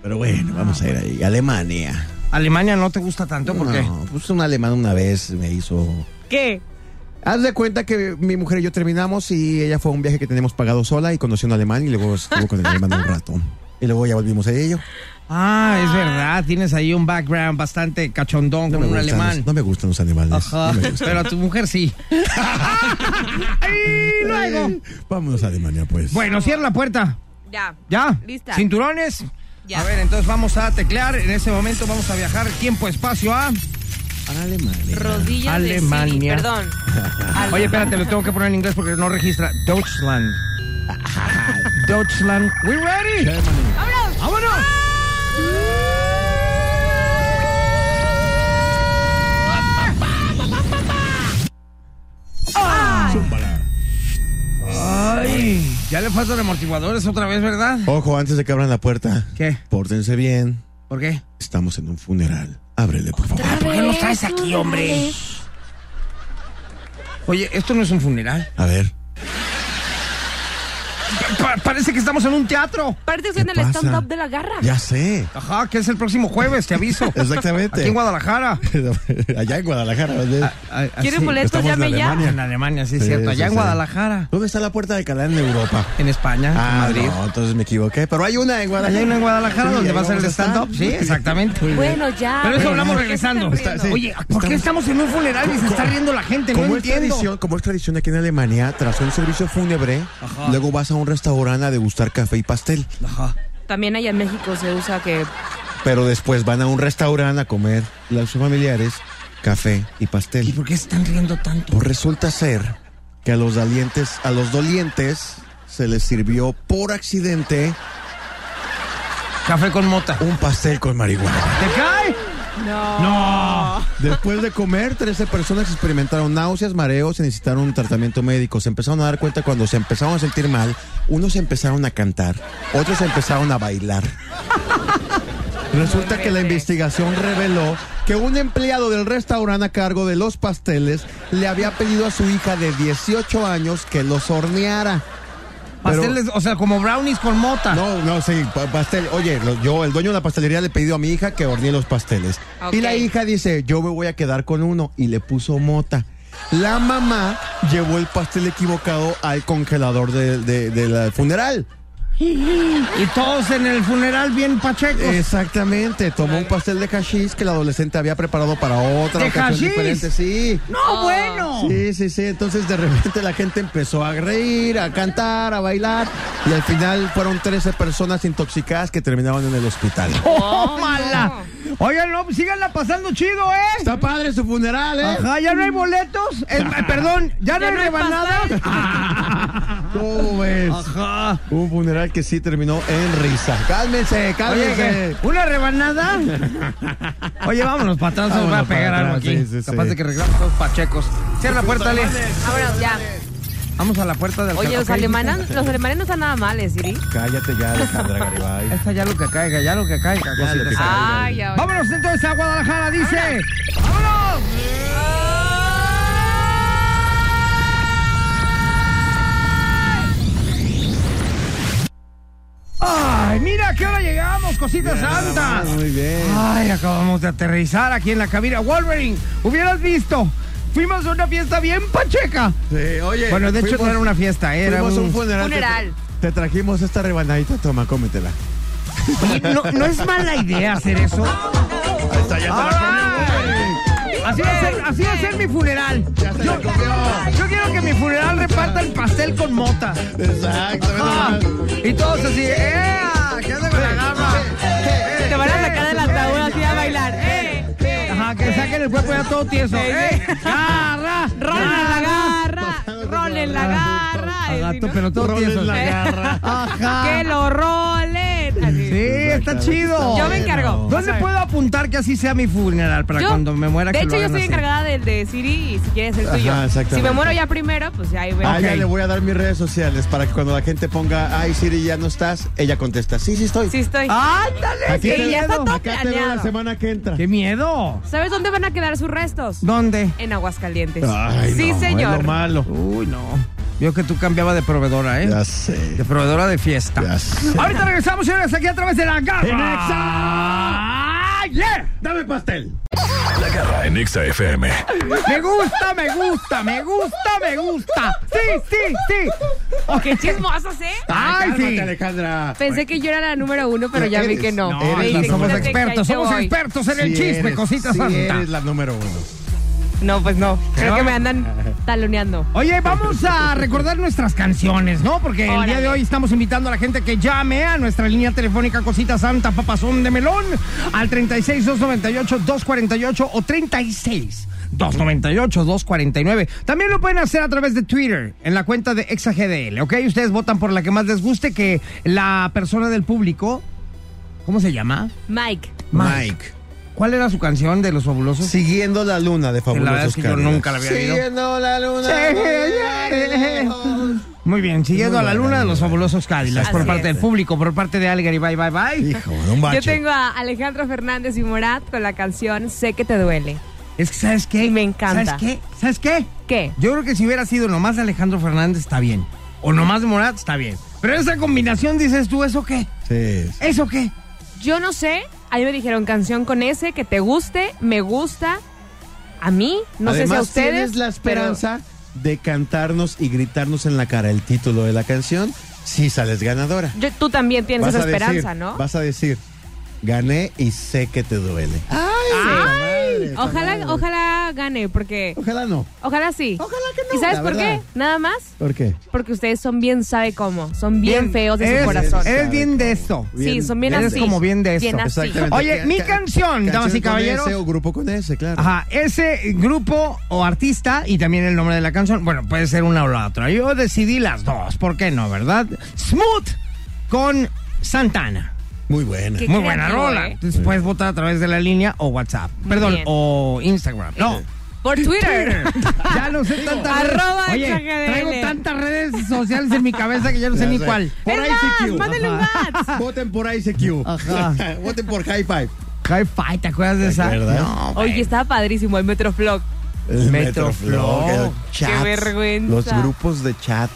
Pero bueno, vamos a ir ahí. Alemania. Alemania no te gusta tanto, ¿por qué? No, pues un alemán una vez me hizo. ¿Qué? Haz de cuenta que mi mujer y yo terminamos y ella fue a un viaje que teníamos pagado sola y conoció a un alemán y luego estuvo con el alemán un rato. Y luego ya volvimos a ello. Ah, es verdad. Tienes ahí un background bastante cachondón con un gustan los- alemán. no me gustan los animales. Ajá, No me gustan. pero a tu mujer sí. y luego. Vámonos a Alemania, pues. Bueno, cierra la puerta. Ya. ¿Ya? Lista. ¿Cinturones? Ya. A ver, entonces vamos a teclear. En ese momento vamos a viajar tiempo-espacio a. Alemania. Rodillas de Siri, Alemania. perdón. Oye, espérate, lo tengo que poner en inglés porque no registra. Deutschland. Deutschland. We ready? ¡Vámonos! ¡Vámonos! Ya le faltan amortiguadores otra vez, ¿verdad? Ojo, antes de que abran la puerta. ¿Qué? Pórtense bien. ¿Por qué? Estamos en un funeral. Ábrele, por favor. ¿Por qué los traes aquí, hombre? Oye, esto no es un funeral. A ver. Pa- parece que estamos en un teatro. Parte usted en ¿Qué el pasa? stand-up de la garra. Ya sé. Ajá, que es el próximo jueves, te aviso. Exactamente. Aquí en Guadalajara. Allá en Guadalajara. ¿dónde? Ah. ¿Quiere boletos? estamos en Llame ya. Alemania. En Alemania, sí, es Sí, cierto. Allá sí, en sí. Guadalajara. ¿Dónde está la puerta de Canal en Europa? En España, en Ah, Madrid. no, entonces me equivoqué. Pero hay una en Allá Guadalajara. hay una en Guadalajara Sí, donde ahí va a ser el vamos a estar. stand-up. Sí, exactamente. Bueno, ya. Pero eso hablamos ¿Por qué se regresando. están Está- sí. riendo? Oye, ¿por qué estamos en un funeral y se está riendo la gente? No Como es, entiendo. tradición, como es tradición aquí en Alemania, tras un servicio fúnebre, luego vas a un restaurante a degustar café y pastel. Ajá. También allá en México se usa que Pero después van a un restaurante a comer los familiares café y ¿Y pastel. por qué se están riendo tanto? Pues resulta ser que a los dolientes, a los dolientes se les sirvió por accidente Café con mota. un pastel con marihuana. ¿Te cae? Después de comer, 13 personas experimentaron náuseas, mareos y necesitaron un tratamiento médico. Se empezaron a dar cuenta cuando se empezaron a sentir mal. Unos empezaron a cantar, otros empezaron a bailar. Resulta que la investigación reveló que un empleado del restaurante a cargo de los pasteles le había pedido a su hija de 18 años que los horneara. Pero- Pasteles, o sea, como brownies con mota. No, no, sí, pa- pastel. Oye, lo- yo, el dueño de la pastelería, le he pedido a mi hija que hornee los pasteles. Ok. Y la hija dice, yo me voy a quedar con uno. Y le puso mota. La mamá llevó el pastel equivocado al congelador de- de- del funeral. Y todos en el funeral bien pachecos. Exactamente. Tomó un pastel de hashish que la adolescente había preparado para otra ¿De ocasión hashish? diferente. Sí. no, bueno. Sí, sí, sí. Entonces de repente la gente empezó a reír, a cantar, a bailar. Y al final fueron 13 personas intoxicadas que terminaban en el hospital. Oh, mala. Oigan, no, síganla pasando chido, ¿eh? Está padre su funeral, ¿eh? Ajá, ya no hay boletos. Eh, Ah. eh, perdón, Ah, ya no hay rebanadas. ¿Cómo ves? Ajá. Ah, Un funeral que sí terminó en risa. Cálmense, Oye, cálmense. ¿qué? ¿una rebanada? Oye, vámonos para atrás, nos va a Vámonos pegar para algo atrás, aquí. sí, sí, sí. Capaz de que regresamos todos pachecos. Cierra la puerta, Ale. Ahora ya. Vamos a la puerta del Oye, los ok. alemanes, los alemanes no están nada males, Siri. Cállate ya, Alejandra Garibay. Esta ya lo que caiga, ya lo que caiga. cosita. Ay, ya. Vámonos entonces a Guadalajara, dice. ¡Vámonos! ¡Ay, mira a qué hora llegamos, cositas santas! Muy bien. Ay, acabamos de aterrizar aquí en la cabina. Wolverine, hubieras visto. Fuimos a una fiesta bien pacheca. Sí, oye. Bueno, de hecho fuimos- no era una fiesta, era fuimos a un un... funeral. Funeral. Te, te trajimos esta rebanadita, toma, cómetela. Oye, no, no es mala idea hacer eso. Ahí está, ya te Alright. Así va, a ser, así va a ser mi funeral. Yo, yo quiero que mi funeral reparta el pastel con mota. Exacto. ve Ah, nomás. y todos así, ¡eh! ¿Qué onda con la garra? Te van a sacar del ataúd así a bailar. ¡Eh! eh. Ajá, que saquen el cuerpo ya todo tieso. ¡Eh! ¡Garra! ¡Rol en la garra! garra! ¡Rol en la garra! Al Y gato, si no- pero todo Roles tieso. la Eh. garra. Ajá. ¡Que lo rolen! Así. Sí, está chido. Yo me encargo. ¿Dónde puedo apuntar que así sea mi funeral para Yo- cuando me muera? De que hecho, lo yo hagan estoy así? encargada del de Siri y si quieres el Ajá, tuyo. exactamente. Si me muero ya primero, pues ya ahí veo. A ella Ok. Ah, le voy a dar mis redes sociales para que cuando la gente ponga, ay, Siri, ya no estás, ella contesta, sí, sí estoy. Sí estoy. ¡Ándale! Aquí qué sí, te- ya está miedo! todo Acá te veo la planeado. semana que entra. ¡Qué miedo! ¿Sabes dónde van a quedar sus restos? ¿Dónde? En Aguascalientes. Ay, sí, no, es señor. lo malo. Uy, no. Vio que tú cambiaba de proveedora, ¿eh? Ya sé. De proveedora de fiesta. Ya sé. Ahorita regresamos, señores, aquí a través de la garra. ¡Yeah! Dame pastel. La garra en Exa FM. Me gusta, me gusta, me gusta, me gusta. Sí, sí, sí. ¡Qué chismosas, eh! Ay, sí. Alejandra. Pensé que yo era la número uno, pero ya vi Eres, que no. no, Me eres dice, la- Somos "Quítate, que ahí expertos, te somos voy". expertos en el Sí chisme, eres, cositas sí santa. eres la número uno. No, pues no. Creo que me andan taloneando. Oye, vamos a recordar nuestras canciones, ¿no? Porque el día Órale. de hoy estamos invitando a la gente que llame a nuestra línea telefónica Cosita Santa Papazón de Melón al 36-298-248 o 36. 298-249. También lo pueden hacer a través de Twitter, en la cuenta de ExaGDL, ¿ok? Ustedes votan por la que más les guste, que la persona del público. ¿Cómo se llama? Mike. Mike. ¿Cuál era su canción de los fabulosos? Siguiendo la luna de verdad Fabulosos es que yo Cadillacs. nunca la había oído. Siguiendo la luna. Sí. Muy bien, siguiendo a la luna de los fabulosos Cádilas Así por parte es. del público, por parte de Algar y bye bye bye. Hijo de un bache. Yo tengo a Alejandro Fernández y Morat con la canción Sé que te duele. Es que sabes qué, Me encanta. ¿Sabes qué? ¿Sabes qué? ¿Qué? Yo creo que si hubiera sido nomás de Alejandro Fernández está bien, o nomás de Morat está bien. Pero esa combinación dices tú, ¿eso qué? Sí, sí. ¿Eso qué? Yo no sé, a mí me dijeron canción con ese que te guste, me gusta. A mí, no sé si a Además, ustedes. tienes la pero- esperanza de cantarnos y gritarnos en la cara el título de la canción si sales ganadora. Yo- tú también tienes Vas esa a decir- esperanza, ¿no? Vas a decir, gané y sé que te duele. Ah, Ay, ojalá, ojalá gane, porque Ojalá no. ojalá sí. Ojalá que no. ¿Y sabes La por verdad. qué? Nada más ¿Por qué? porque ustedes son bien sabe cómo, son bien, feos de eres- su corazón. Eres bien de esto. sí, son bien eres así. como bien de esto. Bien así. Exactamente. Oye, mi canción, damas y con caballeros. ese o grupo con ese, claro. Ajá, ese grupo o artista y también el nombre de la canción, bueno, puede ser una o la otra. Yo decidí las dos, ¿por qué no, verdad? Smooth con Santana. Muy buena. Qué Muy buena creativo, rola. ¿eh? Entonces puedes votar a través de la línea o WhatsApp. Muy Perdón, bien. o Instagram. No. Por Twitter. Ya no sé tantas redes. Arroba Oye, HGDL. traigo tantas redes sociales en mi cabeza que ya no sé Ya ni sé. cuál. Por Es ICQ. más, mándale un Ajá. WhatsApp. Voten por ICQ. Ajá. Voten por High Five. Hi-Fi, ¿te acuerdas de esa? acuerdas? No, güey. Oye, estaba padrísimo el Metroflog. El Metroflog. el chats, Qué vergüenza. Los grupos de chat.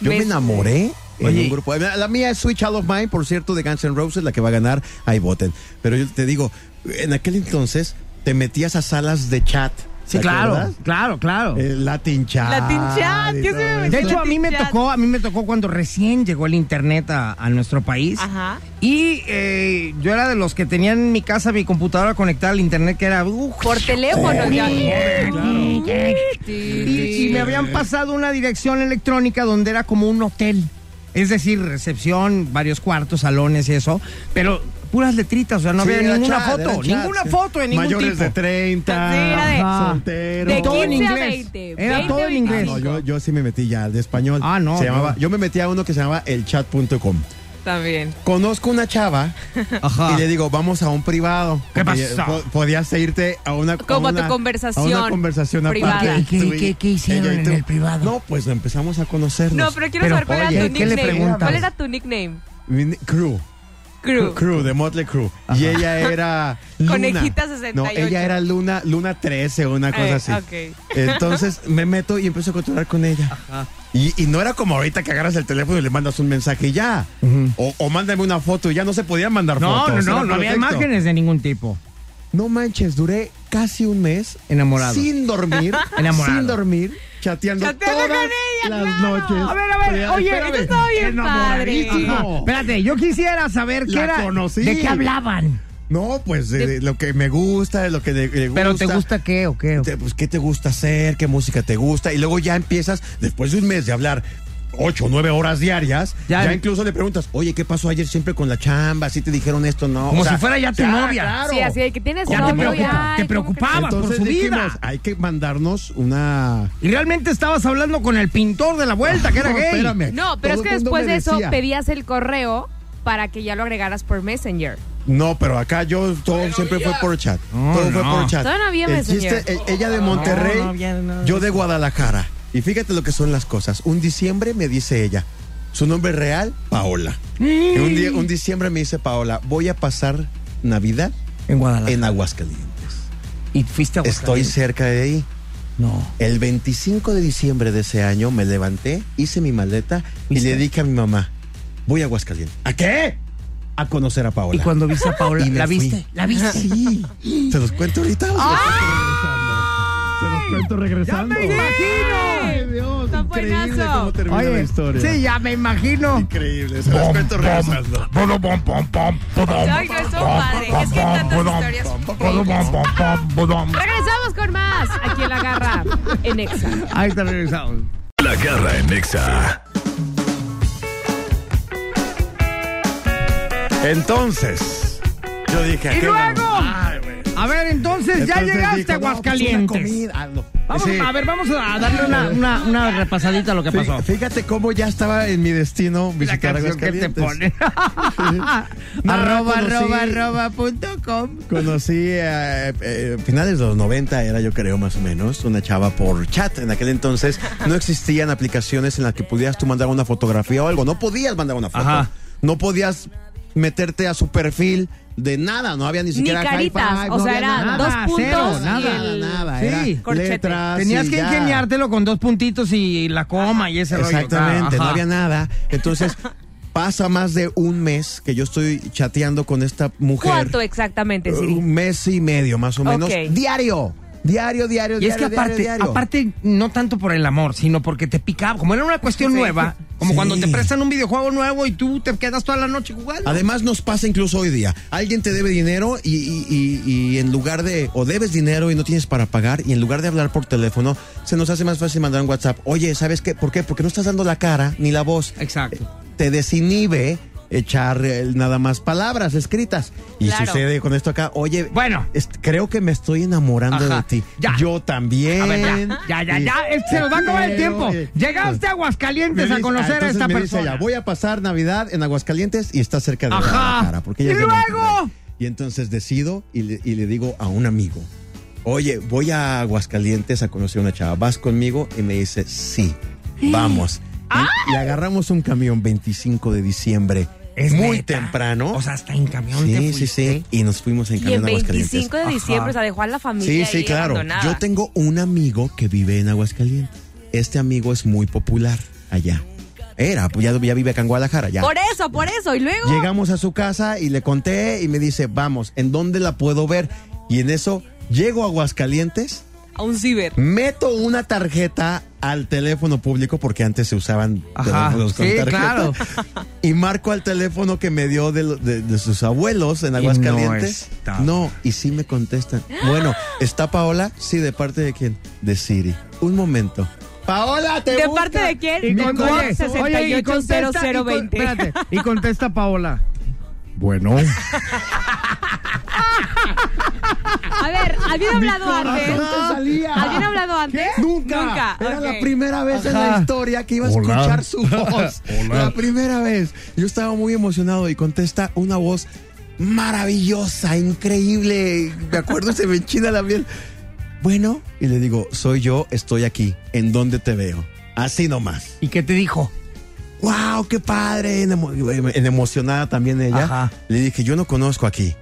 Yo me Ves- enamoré en Oye. un grupo. La mía es Sweet Child of Mine, por cierto, de Guns N' Roses, la que va a ganar. Ahí voten. Pero yo te digo, en aquel entonces te metías a salas de chat. Sí, ¿te claro, acuerdas? Eh, claro, claro. El Latin Chat. Latin Chat, y ¿qué todo se me eso. De hecho, a mí me Latin chat. tocó, a mí me tocó cuando recién llegó el internet a, a nuestro país. Ajá. Y eh, yo era de los que tenían en mi casa mi computadora conectada al internet, que era... uh, Por teléfono. ya. y, y me habían pasado una dirección electrónica donde era como un hotel. Es decir, recepción, varios cuartos, salones y eso. Pero puras letritas, o sea, no Sí, había era ninguna chat, era foto. chat, ninguna sí. foto de ningún Mayores tipo. de 30. Sí, era de- Ajá. solteros. Ah. De todo en 15 a inglés. 20, era 20, todo en inglés. No, yo, yo sí me metí ya al de español. Ah, no, Se llamaba, no. Yo me metí a uno que se llamaba elchat.com. También. Conozco una chava Ajá. y le digo, vamos a un privado. ¿Qué Porque pasó? po- podías irte a una, Como a tu una- conversación a una conversación aparte. privada. ¿Y qué- y qué- Tú qué- qué hicieron ella y en tú. el privado? No, pues empezamos a conocernos. No, pero quiero Pero, saber cuál oye, era tu ¿qué le nickname. preguntas? ¿Cuál era tu nickname? Mi- Crew. Crew. Crew, de Motley Crew. Y ella era. Luna. Conejita 68. No, ella era Luna, Luna 13 o una cosa Eh, así. ok. Entonces me meto y empiezo a controlar con ella. Y, y no era como ahorita que agarras el teléfono y le mandas un mensaje y ya. o, o mándame una foto y ya no se podía mandar No, no, fotos. no, Era no había por texto. imágenes de ningún tipo. No manches, duré casi un mes Enamorado. Sin dormir. Enamorado. Sin dormir. Chateando, Chateando todas con ella, las claro. noches. A ver, a ver, Pero, oye, espérame. esto está bien padre. Enamoradísimo. Ajá. Espérate, yo quisiera saber qué La era. conocí. ¿De qué hablaban? No, pues de, de lo que me gusta, de lo que le, le ¿Pero te gusta qué o qué? o qué? te- pues qué te gusta hacer, qué música te gusta. Y luego ya empiezas, después de un mes de hablar ocho o nueve horas diarias, Ya. ya, incluso le preguntas, oye, ¿qué pasó ayer siempre con la chamba? ¿Sí te dijeron esto? No. Como si fuera ya tu novia. claro. Sí, así de que tienes Ya te novio preocupa- ya. te ay, ¿cómo que- preocupaba. Vamos, por Entonces su vida. dijimos, hay que mandarnos una... Y realmente estabas hablando con el pintor de la vuelta, que era No, gay. espérame. No, pero Todo es que el mundo después me de eso decía. pedías el correo para que ya lo agregaras por Messenger. No, pero acá yo todo siempre fue por chat. No, todo fue no. por chat. Todo no había El Messenger. chiste, e- ella de Monterrey, no había nada de yo de Guadalajara. Y fíjate lo que son las cosas. Un diciembre me dice ella, su nombre real, Paola. Y un, día, un diciembre me dice Paola, voy a pasar Navidad En Guadalajara. en Aguascalientes. Y fuiste a Estoy Aguascalientes. cerca de ahí. No. El 25 de diciembre de ese año me levanté, hice mi maleta y le dije a mi mamá, voy a Aguascalientes. ¿A qué? A conocer a Paola. Y cuando viste a Paola, Y me ¿la fui. viste? ¿La viste? Ah, Sí. ¿Te los cuento ahorita? o se los cuento regresando? Se los cuento regresando. Ay, Dios, Está increíble buenazo. cómo termina la Oye, historia. sí, ya me imagino. Increíble, se los cuento regresando. Ay, no, estuvo padre. Es que hay tantas historias. increíbles. Regresamos con más. Aquí en la garra. En Exa. Ahí te regresamos. La garra en Nexa. Entonces, yo dije, ¿a Y qué luego. vamos? A ver, entonces, ya Entonces llegaste a dijo, no, pues una Aguascalientes. comida. Ah, no. Vamos, Sí. A ver, vamos a darle una, una- una repasadita a lo que Fí- pasó. Fíjate cómo ya estaba en mi destino La visitar canción que te pone. Aguascalientes. Arroba, arroba, arroba punto com. Conocí a eh, finales de los 90, era yo creo más o menos, una chava por chat. En aquel entonces no existían aplicaciones en las que pudieras tú mandar una fotografía o algo. No podías mandar una foto. Ajá. No podías meterte a su perfil de nada. No había ni siquiera... high caritas, five, o no sea, había era nada. dos Nada, puntos cero, y Nada, el- nada. Sí. era Corchete. letras Tenías y que Ah, ya. ingeniártelo con dos puntitos y la coma y ese rollo. Exactamente, Ajá. no había nada. Entonces, pasa más de un mes que yo estoy chateando con esta mujer. ¿Cuánto exactamente, Siri? Un mes y medio, más o menos. Ok. Diario. Diario, diario, Y es que diario, diario, aparte, diario. aparte, no tanto por el amor, sino porque te picaba. Como era una cuestión nueva, como Sí. Ah. cuando te prestan un videojuego nuevo y tú te quedas toda la noche jugando. Además nos pasa incluso hoy día. Alguien te debe dinero y, y- y- y en lugar de, o debes dinero y no tienes para pagar, y en lugar de hablar por teléfono, se nos hace más fácil mandar un WhatsApp. Oye, ¿sabes qué? ¿Por qué? Porque no estás dando la cara ni la voz. Exacto. te desinhibe echar eh, nada más palabras escritas. Y Claro. sucede con esto acá, oye, Bueno. es- creo que me estoy enamorando Ajá, de ti. ya. Yo también. A ver, ya, ya, ya, Y- ya, eh, se nos va a acabar el tiempo. Eh, Llegaste a me Aguascalientes dice- a conocer ah, a entonces esta me dice persona. ella, voy a pasar Navidad en Aguascalientes y está cerca de Ajá. Guadalajara, porque ella ¿Y es de luego? Monterrey. Y entonces decido y le, y le digo a un amigo, oye, voy a Aguascalientes a conocer a una chava, ¿vas conmigo? Y me dice, sí, vamos. Y- Y, agarramos un camión 25 de diciembre, Es muy neta. temprano. O sea, hasta en camión te sí, sí, fuiste. sí. Y nos fuimos en Y camión en a Aguascalientes. 25 de diciembre, Ajá. o sea, dejó a la Sí, familia sí, ahí claro. abandonada. Yo tengo un amigo que vive en Aguascalientes. Este amigo es muy popular allá. Era, pues ya, ya vive acá en Guadalajara, ya. Por eso, por eso, y luego... Llegamos a su casa y le conté y me dice, vamos, ¿en dónde la puedo ver? Y en eso llego a Aguascalientes, A un ciber. meto una tarjeta al teléfono público, porque antes se usaban Ajá, teléfonos con sí, tarjeta, claro. y marco al teléfono que me dio de, lo- de- de sus abuelos en no Aguascalientes. está. No, y sí me contestan. Bueno, ¿está Paola? Sí, ¿de parte de quién? De Siri. Un momento. Paola, te ¿De busca. parte de quién? Y con- Conex oye, oye, y contesta, y con- 680020. espérate, y contesta Paola. Bueno. A ver, ¿habían hablado antes? salía. ¿Habían hablado antes? Nunca. Nunca. Era ok. la primera vez en la Ajá. historia que iba a Hola. escuchar su voz. Hola. La primera vez. Yo estaba muy emocionado y contesta una voz maravillosa, increíble. Me acuerdo, se me enchina la piel. Bueno, y le digo, soy yo, estoy aquí. ¿En dónde te veo? Así nomás. ¿Y qué te dijo? ¡Wow! ¡Qué padre! En emo- en emocionada también ella. Ajá. Le dije, yo no conozco aquí.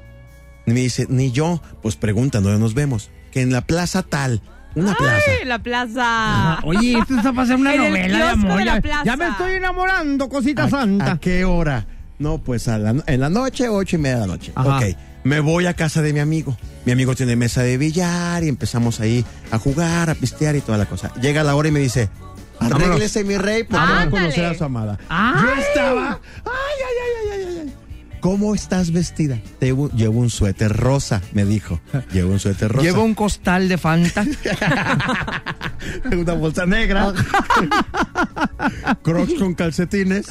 Y me dice, ni yo. Pues pregunta, ¿dónde nos vemos? Que en la plaza tal. Una plaza. Ay, la plaza. Ah, Oye, esto está para ser una En el novela de kiosco amor. de la ya- plaza. Ya me estoy enamorando, cosita ¿A- santa. ¿A qué hora? No, pues a la no- en la noche, ocho y media de la noche. Ajá. Ok. Me voy a casa de mi amigo. Mi amigo tiene mesa de billar y empezamos ahí a jugar, a pistear y toda la cosa. Llega la hora y me dice, arréglese mi rey porque va a Ándale. conocer a su amada. ¡Ay! Yo estaba, ay, ay, ay, ay, ay, ay. ¿Cómo estás vestida? Te llevo, llevo un suéter rosa, me dijo. Llevo un suéter rosa. Llevo un costal de Fanta. una bolsa negra. Crocs con calcetines.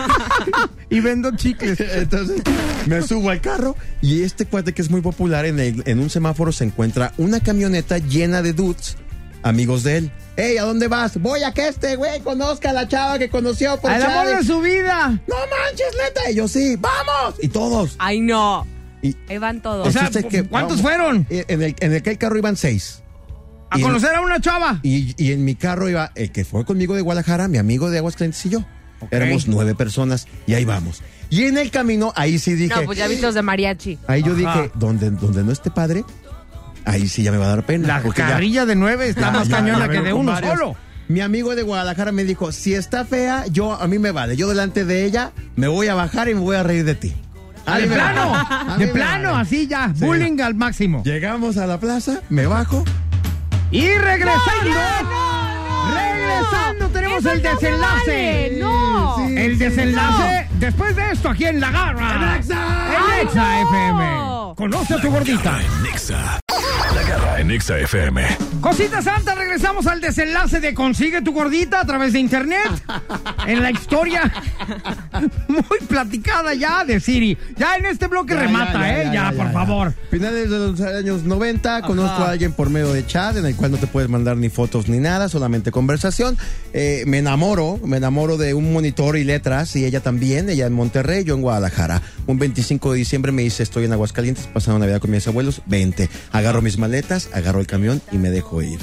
y vendo chicles. Entonces me subo al carro y este cuate que es muy popular en, el- en un semáforo se encuentra una camioneta llena de dudes, amigos de él. ¡Ey, ¿a dónde vas? Voy a que este güey conozca a la chava que conoció por Al amor Chávez". de su vida. ¡No manches, neta! Y yo sí, ¡vamos! Y todos. Ay, no. Y- Ahí van todos. O sea, Existe que- ¿cuántos vamos. fueron? En el, en el que el carro iban seis. A Y- conocer a una chava. Y, y en mi carro iba el que fue conmigo de Guadalajara, mi amigo de Aguascalientes y yo. Éramos nueve personas y ahí vamos. Y en el camino, ahí sí dije... no, pues ya viste los de mariachi. Ahí yo Ajá. dije, donde, donde no esté padre, ahí sí ya me va a dar pena. La porque ya- carrilla de nueve está ya- más ya- cañona ya que vengo de con uno varios. solo. Mi amigo de Guadalajara me dijo, si está fea, yo a mí me vale. Yo delante de ella me voy a bajar y me voy a reír de ti. A De mí me vale. plano, A mí de me plano, vale. así ya. Sí. Bullying al máximo. Llegamos a la plaza, me bajo. Y regresando. no. Regresando, tenemos Eso el no se desenlace. vale, no. Sí, sí, El sí. desenlace después de esto aquí en La Garra. ¡Alexa! En ¡Ay, Exa no! FM. Conoce a tu gordita. En Nexa. La garra Jornada en Exa FM. Cosita Santa, regresamos al desenlace de Consigue tu gordita a través de internet. En la historia muy platicada ya de Siri. Ya en este bloque Ya, remata, ¿eh? Ya, por favor. Finales de los años 90, conozco a alguien por medio de chat en el cual no te puedes mandar ni fotos ni nada, solamente conversación. Eh, me enamoro, me enamoro de un monitor y letras y ella también, ella en Monterrey, yo en Guadalajara. Un 25 de diciembre me dice, estoy en Aguascalientes, pasando Navidad con mis abuelos, 20. Agarro mis maletas, agarro el camión y me dejo ir.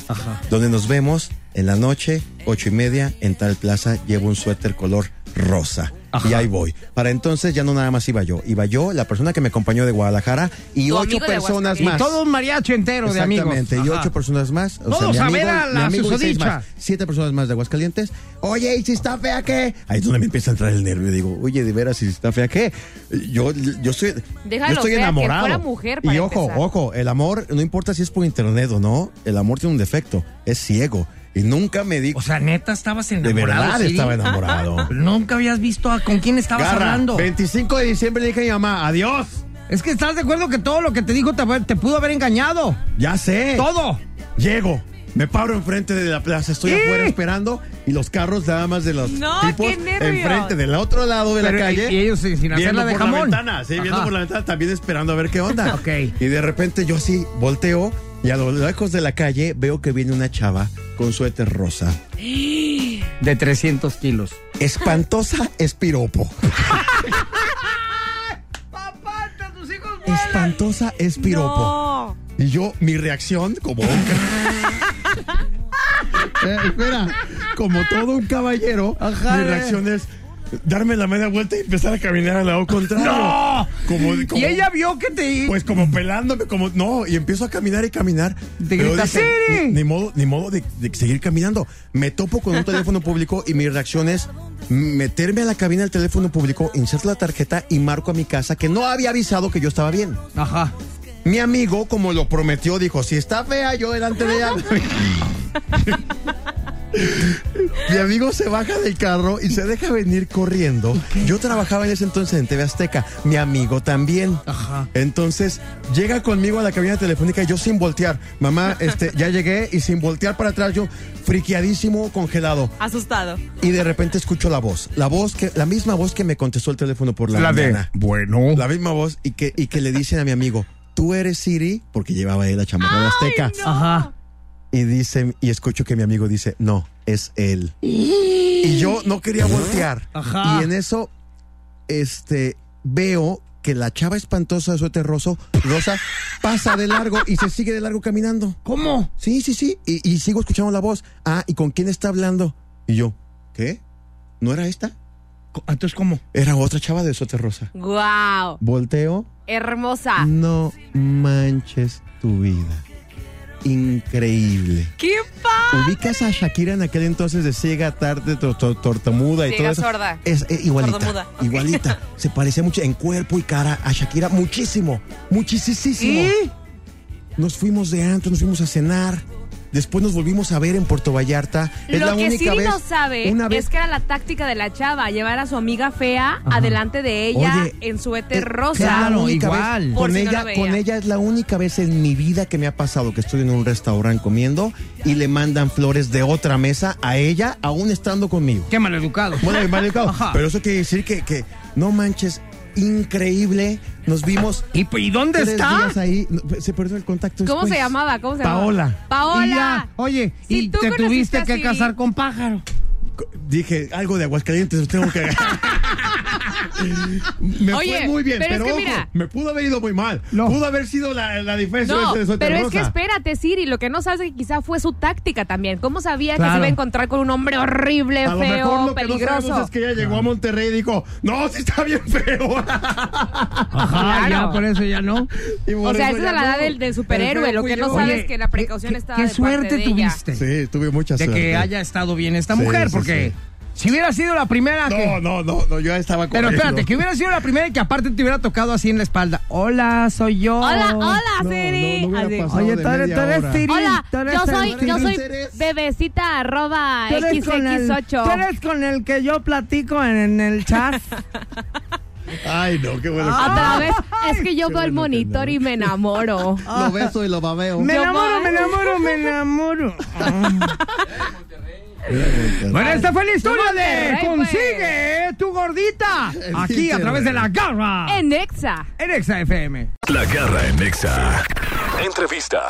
Donde nos vemos en la noche, ocho y media, en tal plaza, llevo un suéter color rosa. Y ahí voy. Para entonces ya no nada más iba yo. Iba yo, la persona que me acompañó de Guadalajara y Tu ocho amigo de personas Aguascalientes. más. Y todo un mariachi entero de amigos. Exactamente, y Ajá. ocho personas más. O Todos a ver a mi la amigo y seis susodicha. más. Siete personas más de Aguascalientes. Oye, ¿y si está fea qué? Ahí es donde me empieza a entrar el nervio. Digo, oye, de veras, ¿y si está fea qué? Yo, yo estoy, Déjalo yo estoy fea, que enamorado. fuera mujer para y ojo, empezar. ojo, el amor, no importa si es por internet o no, el amor tiene un defecto, es ciego. Y nunca me di... O sea, neta, estabas de enamorado. verdad Siri? estaba enamorado. Nunca habías visto a con quién estabas Garra, hablando. 25 de diciembre le dije a mi mamá, adiós. Es que estás de acuerdo que todo lo que te dijo te, te pudo haber engañado. Ya sé. Todo. Llego, me paro enfrente de la plaza, estoy ¿Y? afuera esperando y los carros nada más de los No, tipos qué nervios. enfrente del otro lado de Pero, eh, la calle. y- y ellos sin- sin hacerla viendo de por jamón. la ventana, sí, viendo Ajá. por la ventana también esperando a ver qué onda. Ok. Y de repente yo así volteo y a lo lejos de la calle veo que viene una chava con suéter rosa. De 300 kilos. Espantosa espiropo. Papá, tus hijos Espantosa espiropo. No. Y yo, mi reacción, como un ca- Eh, espera, como todo un caballero, Ajá, mi eh. reacción es darme la media vuelta y empezar a caminar al lado contrario. ¡No! Como, como- Y ella vio que te. pues como pelándome, como no, y empiezo a caminar y caminar. Te Pero grita, dije, "Siri". Ni, ni modo, ni modo de, de seguir caminando. Me topo con un teléfono público y mi reacción es meterme a la cabina del teléfono público, inserto la tarjeta y marco a mi casa que no había avisado que yo estaba bien. Ajá. Mi amigo, como lo prometió, dijo, si está fea, yo delante de ella. Mi amigo se baja del carro y se deja venir corriendo. Yo trabajaba en ese entonces en TV Azteca. Mi amigo también. Ajá. Entonces llega conmigo a la cabina telefónica y yo sin voltear. Mamá, este, ya llegué y sin voltear para atrás yo friqueadísimo, congelado. Asustado. Y de repente escucho la voz. La voz que, la misma voz que me contestó el teléfono por la, mañana. Bueno. La misma voz y que, y que le dicen a mi amigo, tú eres Siri, porque llevaba él la chamarra de Azteca. Ajá. Y dicen, y escucho que mi amigo dice, no, es él. Y yo no quería voltear. Ajá. Y en eso, este, veo que la chava espantosa de suéter roso- rosa pasa de largo y se sigue de largo caminando. ¿Cómo? Sí, sí, sí. Y, y sigo escuchando la voz. Ah, ¿y con quién está hablando? Y yo, ¿qué? ¿No era esta? Co- Entonces, ¿cómo? Era otra chava de suéter rosa. Wow. Volteo, Hermosa. No manches tu vida. Increíble. ¡Qué padre! ¿Ubicas a Shakira en aquel entonces de ciega, tarde, tor- tor- tortamuda y Ciega, todo eso? sorda. Es eh, igualita. Sordomuda, ok. Igualita. Se parecía mucho en cuerpo y cara a Shakira muchísimo. Muchísimo. Nos fuimos de antro, nos fuimos a cenar. Después nos volvimos a ver en Puerto Vallarta. es la Lo que única Siri vez, no sabe una vez es que era la táctica de la chava, llevar a su amiga fea Ajá. adelante de ella Oye, en suéter Eh, rosa. claro, la única igual. vez- Por Con, si no ella, la veía. con ella es la única vez en mi vida que me ha pasado que estoy en un restaurante comiendo y le mandan flores de otra mesa a ella, aún estando conmigo. Qué maleducado. Bueno, mal educado, Ajá. Pero eso quiere decir que, que no manches, increíble. Nos vimos. ¿Y, y dónde tres está? días ahí. No, pues, Se perdió el contacto. ¿Cómo después. se llamaba? ¿Cómo se pues, Paola. llamaba? Paola. Y ya, oye, Si y tú te conociste tuviste a que Siri. casar con pájaro. Co- Dije algo de Aguascalientes, tengo que. me Oye, fue muy bien, pero pero, es ojo, que mira. me pudo haber ido muy mal. No. Pudo haber sido la, la defensa No, de ese de suéter pero es que rosa. espérate, Siri, lo que no sabes es que quizá fue su táctica también. ¿Cómo sabía que Claro. se iba a encontrar con un hombre horrible, A lo mejor feo, lo que no peligroso? sabemos es que ella llegó a Monterrey y dijo, no, sí está bien feo. Ajá, Claro. ya por eso ya no. Y por O sea, eso esa ya es la edad no. del, del superhéroe. El feo Lo que fui no yo. sabes Oye, que la precaución qué- estaba Qué de parte suerte de ella. tuviste. Sí, tuve mucha de suerte. que haya estado bien esta Sí, mujer, sí, porque si hubiera sido la primera que. No, no, no, no, yo estaba Pero corriendo. espérate, que hubiera sido la primera y que aparte te hubiera tocado así en la espalda. Hola, soy yo. Hola, hola, No, Siri. no, no hubiera Así. pasado. Oye, de tú eres, media tú eres hora. Siri. Hola, tú eres yo Siri, soy, yo Siri. soy Eres- bebecita arroba tú eres con el- tú xx8. eres con el que yo platico en, en el chat. Ay, no, qué bueno. A través, es que yo veo el monitor y me enamoro. Lo beso y lo babeo. Me Yo enamoro, voy. me enamoro, me enamoro. Bueno, esta fue la historia de pues. Monterrey, Consigue tu gordita. Aquí a través de la garra. En Exa. En Exa FM. La garra en Nexa. Entrevista.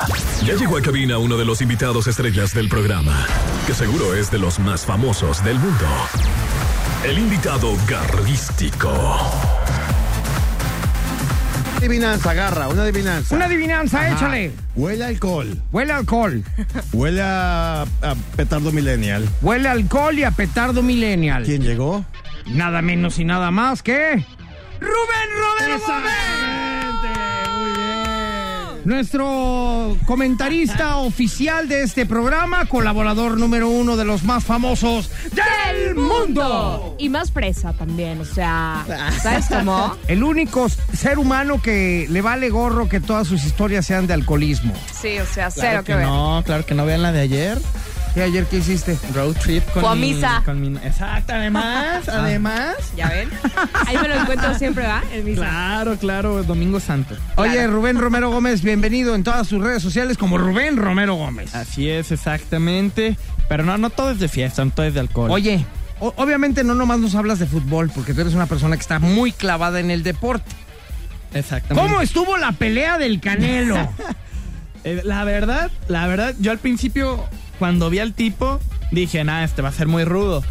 Ya llegó a cabina uno de los invitados estrellas del programa, que seguro es de los más famosos del mundo. El invitado garrístico. Adivinanza, agarra, una adivinanza. Una adivinanza, échale. Huele a alcohol. Huele a alcohol. Huele a, a petardo millennial. Huele a alcohol y a petardo millennial. ¿Quién llegó? Nada menos y nada más que. ¡Rubén Romero Gómez! Nuestro comentarista oficial de este programa, colaborador número uno de los más famosos del mundo. Y más fresa también, o sea, ¿sabes cómo? El único ser humano que le vale gorro que todas sus historias sean de alcoholismo. Sí, o sea, Claro cero que que ver. no, claro que no vean la de ayer. ¿Y ayer qué hiciste? Road trip con Fue a mi- misa. Ah. con mi- exacto, además, además. ¿Ya ven? Ahí me lo encuentro siempre, ¿va? En misa. Claro, claro, Domingo Santo. Oye, Rubén Romero Gómez, bienvenido en todas sus redes sociales como Rubén Romero Gómez. Así es, exactamente. Pero no, no todo es de fiesta, no todo es de alcohol. Oye, o- obviamente no nomás nos hablas de fútbol, porque tú eres una persona que está muy clavada en el deporte. exactamente. ¿Cómo estuvo la pelea del Canelo? Eh, la verdad, la verdad, yo al principio, cuando vi al tipo, dije, nada, este va a ser muy rudo.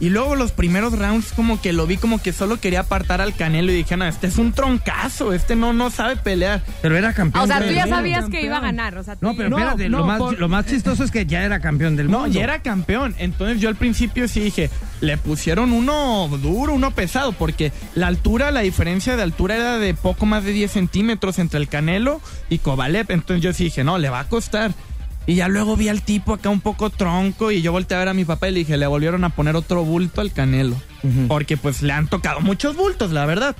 Y luego los primeros rounds como que lo vi como que solo quería apartar al Canelo y dije, no, este es un troncazo, este no, no sabe pelear. Pero era campeón. O sea, tú del ya mundo. sabías que campeón. iba a ganar, o sea, tú No, pero ya- No, espérate, lo, no, más, por- lo más chistoso es que ya era campeón del No, mundo. ya era campeón. Entonces yo al principio sí dije, le pusieron uno duro, uno pesado, porque la altura, la diferencia de altura era de poco más de 10 centímetros entre el Canelo y Kovalev. Entonces yo sí dije, no, le va a costar. Y ya luego vi al tipo acá un poco tronco y yo volteé a ver a mi papá y le dije, le volvieron a poner otro bulto al Canelo. Porque pues le han tocado muchos bultos, la verdad.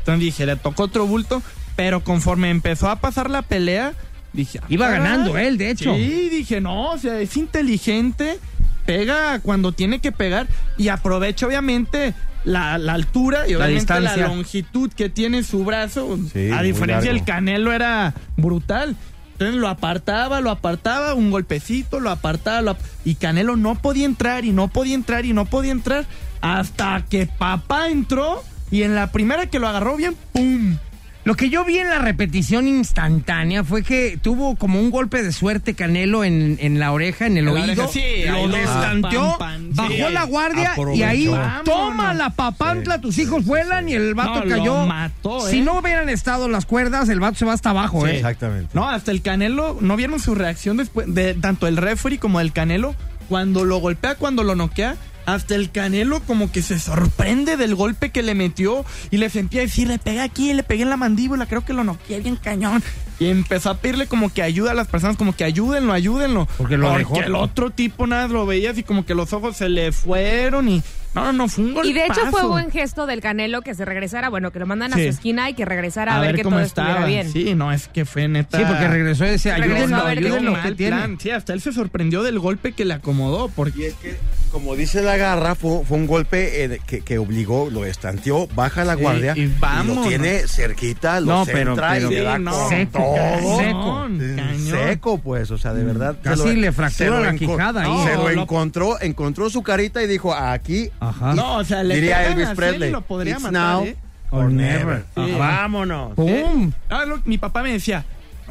Entonces dije, le tocó otro bulto, pero conforme empezó a pasar la pelea, dije... ah, Iba caray. ganando él, de hecho. Sí, dije, no, o sea, es inteligente, pega cuando tiene que pegar y aprovecha obviamente la, la altura y obviamente la, distancia. longitud que tiene su brazo. Sí, a muy diferencia largo. del Canelo era brutal. Entonces lo apartaba, lo apartaba, un golpecito, lo apartaba, lo ap- y Canelo no podía entrar y no podía entrar y no podía entrar hasta que papá entró y en la primera que lo agarró bien, ¡pum! Lo que yo vi en la repetición instantánea fue que tuvo como un golpe de suerte Canelo en, en la oreja, en el En la oído. oreja, sí, lo ahí lo- destanteó, pam, pam, sí. bajó la guardia y ahí Aprovechó. toma la papantla, tus hijos vuelan y el vato No, lo cayó. mató, ¿eh? Si no hubieran estado las cuerdas, el vato se va hasta abajo, ¿eh? Exactamente. No, hasta el Canelo, ¿no vieron su reacción después de tanto el referee como el Canelo? Cuando lo golpea, cuando lo noquea, hasta el Canelo como que se sorprende del golpe que le metió y le sentía decir, le pegué aquí, le pegué en la mandíbula, creo que lo noqueé bien cañón. Y empezó a pedirle como que ayuda a las personas, como que ayúdenlo, ayúdenlo. Porque lo dejó. el otro tipo nada, lo veía así como que los ojos se le fueron y... No, no, no, fue un golpe. Y de hecho fue buen gesto del Canelo que se regresara, bueno, que lo mandan a Sí. su esquina y que regresara a, ver, que todo estuviera bien. Sí, no, es que fue neta. Sí, porque regresó y decía, Regresó ayúdenlo, a ver qué ayúdenlo, tiene. que Mal tiene. Eh. plan. Sí, hasta él se sorprendió del golpe que le acomodó. Y Porque es que, como dice la garra, fue, fue un golpe eh, que, que obligó, lo estanteó, baja la Sí, guardia. y vámonos. lo tiene cerquita, lo No, pero- centra pero- y le da Sí, no. con Seco, todo. seco. Cañón. Seco, pues, o sea, de verdad. Casi se lo- le fractura se lo la enco- quijada ahí. Se No, lo lo- encontró, encontró su carita y dijo, aquí. Ajá. No, o sea, le diría pegan Elvis a Celi, Presley. lo podría It's matar, now ¿eh? or never. Sí. Ajá. Vámonos. ¡Pum! Ah, lo- mi papá me decía,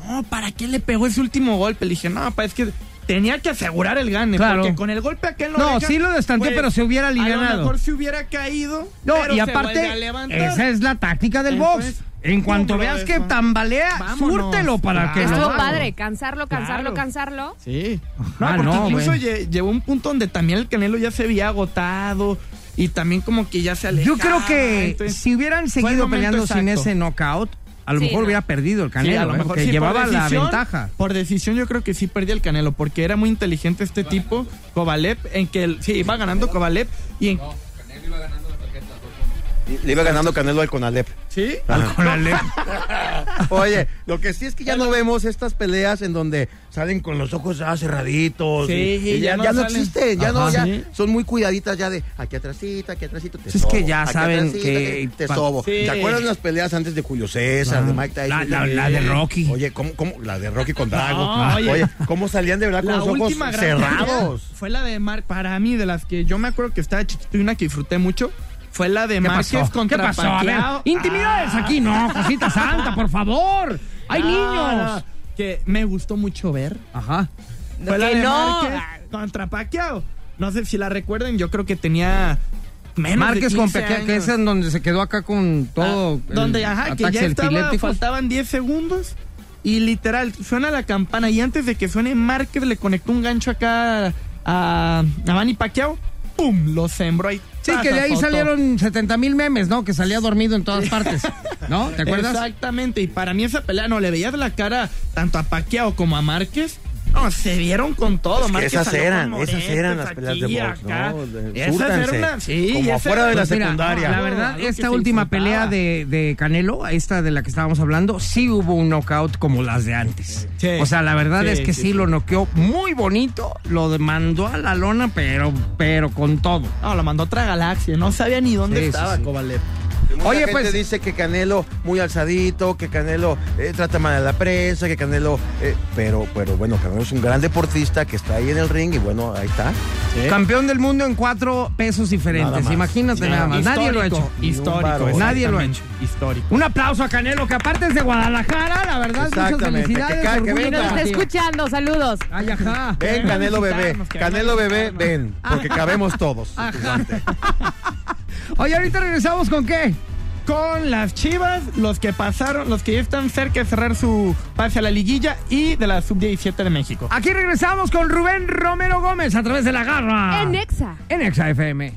no, ¿para qué le pegó ese último golpe? Le dije, no, papá, es que tenía que asegurar el gane. Claro. Porque con el golpe aquel No, sí lo destanteó, pero se hubiera pues, A alivianado. lo mejor se hubiera caído. No, pero y se aparte, vuelve a levantar. esa es la táctica del Entonces, box. En cuanto ¿cómo lo veas ves, que no? tambalea, Vámonos. súrtelo para que Claro. lo Estuvo haga. padre, cansarlo, cansarlo, Claro. cansarlo. Sí. Ah, No, porque no, incluso güey. lle- llegó un punto donde también el Canelo ya se había agotado y también como que ya se alejaba. Yo creo que entonces- si hubieran fue el seguido momento peleando sin exacto. ese knockout, a lo Sí, mejor no. hubiera perdido el Canelo, Sí, a lo ¿eh? mejor porque sí, por llevaba la decisión- ventaja. Por decisión yo creo que sí perdí el Canelo, porque era muy inteligente este tipo, Kovalev, en que el- sí, iba ganando Kovalev y en... Le iba ganando Canelo al Conalep. ¿Sí? Oye, lo que sí es que ya no vemos estas peleas en donde salen con los ojos ya cerraditos. Sí, y- y ya ya, no ya no salen. existen, ya no, Ajá. ya Sí. son muy cuidaditas ya de aquí atrásito, aquí atrásito. Te Es que sobo, ya aquí saben atrásito, que- Te sobo. Sí. ¿Te acuerdas las peleas antes de Julio César, de Mike Tyson? La- la- la de Rocky. Oye, ¿cómo, cómo? La de Rocky con Drago. No, oye. oye. ¿cómo salían de verdad con La los ojos última gran pelea cerrados? fue la de Mar para mí de las que yo me acuerdo que estaba chiquito y una que disfruté mucho fue la de ¿Qué Márquez pasó? ¿Qué contra pasó? A ver, Pacquiao. intimidades aquí, no, cosita santa, por favor. Hay No, niños. no, Ah, que me gustó mucho ver. Ajá. Fue la que de no. Márquez contra Pacquiao. No sé si la recuerden, yo creo que tenía menos Márquez de con 15 Pequea, que años. es en donde se quedó acá con todo. Ah, donde el ajá, que ya ataques estaba, epilépticos. faltaban 10 segundos y literal suena la campana y antes de que suene Márquez le conectó un gancho acá a a Manny Pacquiao, pum, lo sembró ahí. Sí, que de ahí Tazafoto. salieron 70 mil memes, ¿no? Que salía dormido en todas partes. ¿No? ¿Te acuerdas? Exactamente, y para mí esa pelea no le veías la cara tanto a Pacquiao como a Márquez. No, se vieron con todo. Es que Márquez esas salió eran, con esas eran las moretes peleas de aquí, box, acá. ¿no? De- Esas súrtanse, eran las- sí, como esas- afuera de la Pues Mira, secundaria. La Algo verdad, que esta se última pelea disfrutaba. de, de Canelo, esta de la que estábamos hablando, sí hubo un knockout como las de antes. Sí. o sea, la verdad Sí, es que sí, sí, sí. lo noqueó muy bonito, lo mandó a la lona, pero, pero con todo. No, la mandó a otra galaxia. No sabía ni dónde Sí, sí, estaba sí. Kovalev. Mucha Oye, gente pues- dice que Canelo muy alzadito, que Canelo eh, trata mal a la prensa, que Canelo. eh, pero, pero bueno, Canelo es un gran deportista que está ahí en el ring y bueno, ahí está. Campeón del mundo en cuatro pesos diferentes. Nada más. Imagínate nada más. Nadie lo ha hecho. Histórico, Histórico. Nadie lo ha hecho. Histórico. Un aplauso a Canelo, que aparte es de Guadalajara, la verdad, muchas Exactamente, felicidades. que ca- que orgullo Y nos venga. está para ti. escuchando, saludos. Ay, ajá. Ven, Canelo bebé. visitarnos, que Canelo vengan a bebé, ven. Porque cabemos todos. Oye, ahorita regresamos con qué? Con las Chivas, los que pasaron, los que ya están cerca de cerrar su pase a la liguilla y de la sub-17 de México. Aquí regresamos con Rubén Romero Gómez a través de la garra. En Nexa. En Exa FM.